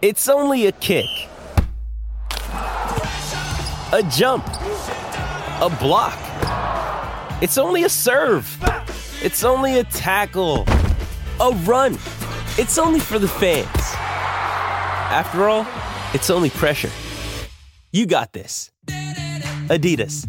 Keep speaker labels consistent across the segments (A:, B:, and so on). A: It's only a kick, a jump, a block. It's only a serve. It's only a tackle, a run. It's only for the fans. After all, it's only pressure. You got this. Adidas.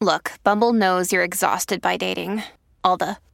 B: Look, Bumble knows you're exhausted by dating. All the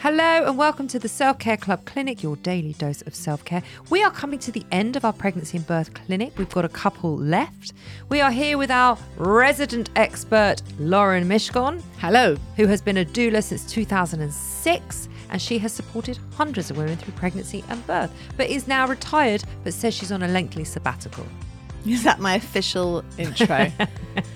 C: Hello and welcome to the Self Care Club Clinic, your daily dose of self care. We are coming to the end of our pregnancy and birth clinic. We've got a couple left. We are here with our resident expert, Lauren Mishgon. Hello. Who has been a doula since 2006 and she has supported hundreds of women through pregnancy and birth, but is now retired but says she's on a lengthy sabbatical.
D: Is that my official intro?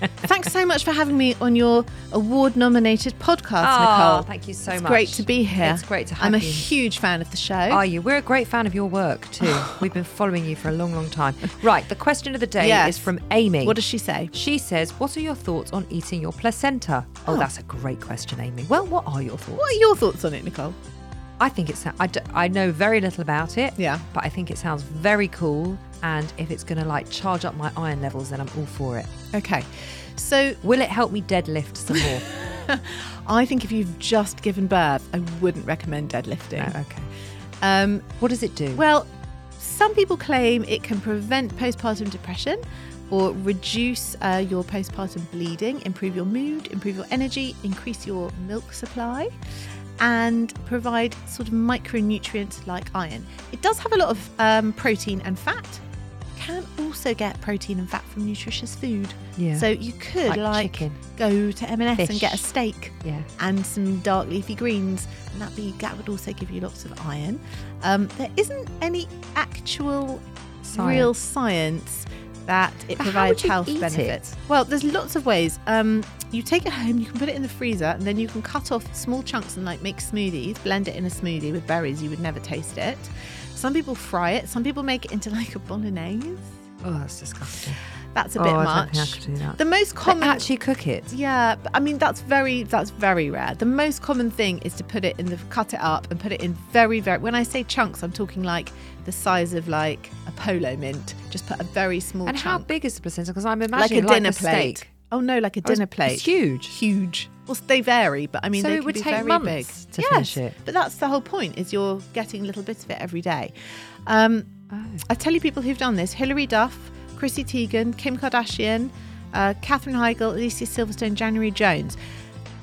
D: Thanks so much for having me on your award nominated podcast,
C: Oh,
D: Nicole.
C: thank you so
D: it's
C: much.
D: great to be here.
C: It's great to have
D: I'm a
C: you.
D: huge fan of the show.
C: Are Oh, you? We're a great fan of your work too. We've been following you for a long, long time. Right, the question of the day
D: Yes.
C: is from Amy.
D: What does she say?
C: She says, What are your thoughts on eating your placenta? Oh, that's a great question, Amy. Well, what are your thoughts?
D: What are your thoughts on it, Nicole?
C: I think it's, I, d- I know very little about it.
D: Yeah.
C: But I think it sounds very cool. And if it's going to like charge up my iron levels, then I'm all for it.
D: Okay. So
C: Will it help me deadlift some more?
D: I think if you've just given birth, I wouldn't recommend
C: no,
D: deadlifting.
C: Uh, okay.
D: Um,
C: What does it do?
D: well, some people claim it can prevent postpartum depression or reduce uh, your postpartum bleeding, improve your mood, improve your energy, increase your milk supply, and provide sort of micronutrients like iron. It does have a lot of um, protein and fat. You Can also get protein and fat from nutritious food.
C: Yeah.
D: So you could
C: Like
D: like,
C: chicken.
D: go to M&S
C: Fish.
D: and get a steak
C: yeah.
D: and some dark leafy greens, and that be that would also give you lots of iron. Um, there isn't any actual
C: Science.
D: real science that it
C: But how
D: provides
C: would you
D: health
C: eat
D: benefits.
C: it?
D: Well, there's lots of ways. Um, you take it home, you can put it in the freezer, and then you can cut off small chunks and like make smoothies. Blend it in a smoothie with berries. You would never taste it. Some people fry it. Some people make it into like a bolognese.
C: Oh, that's disgusting.
D: That's a
C: Oh,
D: bit
C: I don't think
D: much.
C: I could do that.
D: The most
C: Can
D: common
C: actually cook it.
D: yeah, but I mean that's very that's very rare. The most common thing is to put it in the cut it up and put it in very very. When I say chunks, I'm talking like the size of like a polo mint. Just put a very small
C: And how
D: chunk,
C: big is the placenta? Because I'm
D: like a
C: imagining
D: dinner plate.
C: steak.
D: Oh no, like
C: Oh,
D: a
C: it's-
D: dinner plate.
C: It's huge.
D: huge. Well, they vary, but I mean
C: So
D: they
C: it
D: can
C: would
D: be
C: take
D: very
C: months
D: big.
C: to
D: yes,
C: finish it.
D: but that's the whole point is you're getting a little bit of it every day. Um,
C: Oh.
D: I tell you people who've done this Hilary Duff, Chrissy Teigen, Kim Kardashian, uh, Katherine Heigl, Alicia Silverstone, January Jones.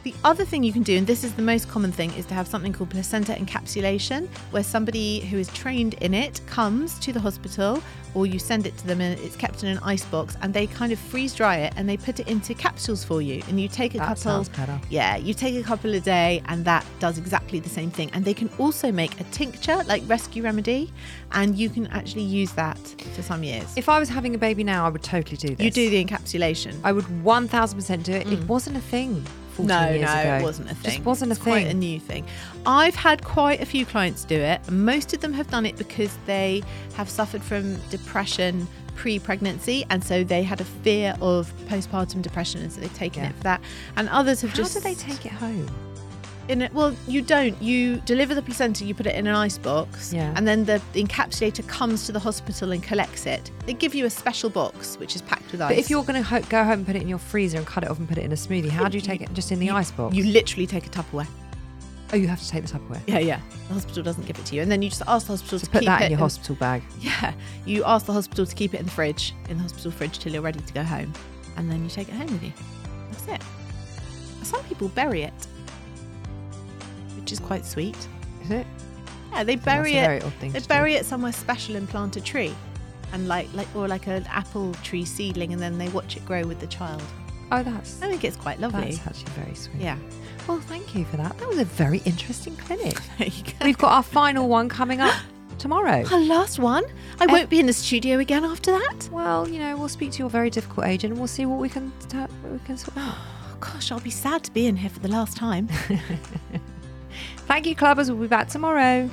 D: The other thing you can do, and this is the most common thing, is to have something called placenta encapsulation, where somebody who is trained in it comes to the hospital or you send it to them and it's kept in an ice box and they kind of freeze dry it and they put it into capsules for you. And you take a
C: That
D: couple
C: sounds better.
D: yeah, you take a couple a day, and that does exactly the same thing. And they can also make a tincture, like Rescue Remedy, and you can actually use that for some years.
C: If I was having a baby now, I would totally do this.
D: you do the encapsulation,
C: I would 1000% do it. It wasn't a thing 14
D: no,
C: years
D: no,
C: ago.
D: it wasn't a thing.
C: Just wasn't a
D: It's
C: thing.
D: Quite a new thing. I've had quite a few clients do it. Most of them have done it because they have suffered from depression pre-pregnancy, and so they had a fear of postpartum depression, and so they've taken
C: Yeah.
D: it for that. And others have
C: How
D: just
C: do they take it home?
D: in it well you don't you deliver the placenta you put it in an ice box
C: Yeah.
D: and then the, the encapsulator comes to the hospital and collects it they give you a special box which is packed with ice
C: But if you're going to ho- go home and put it in your freezer and cut it off and put it in a smoothie, how do you take it? Just in the ice box?
D: you literally take a tupperware
C: oh, you have to take the Tupperware.
D: yeah yeah the hospital doesn't give it to you and then you just ask the hospital
C: So
D: to
C: put
D: keep
C: that
D: it
C: in your hospital bag.
D: yeah you ask the hospital to keep it in the fridge in the hospital fridge till you're ready to go home and then you take it home with you that's it some people bury it which is quite sweet
C: Is it?
D: yeah they
C: that's
D: bury
C: a
D: it
C: very odd thing
D: They
C: to do.
D: bury it somewhere special and plant a tree, and like like or like an apple tree seedling, and then they watch it grow with the child.
C: Oh, that's,
D: I think it's quite lovely.
C: that's actually very sweet.
D: Yeah.
C: Well, thank you for that. That was a very interesting clinic.
D: There you go.
C: We've got our final one coming up tomorrow.
D: Our last one. I won't be in the studio again after that.
C: Well, you know, we'll speak to your very difficult agent and we'll see what we can ta- what we can sort out.
D: Oh, gosh, I'll be sad to be in here for the last time.
C: Thank you, clubbers. We'll be back tomorrow.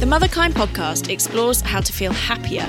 E: The Motherkind podcast explores how to feel happier,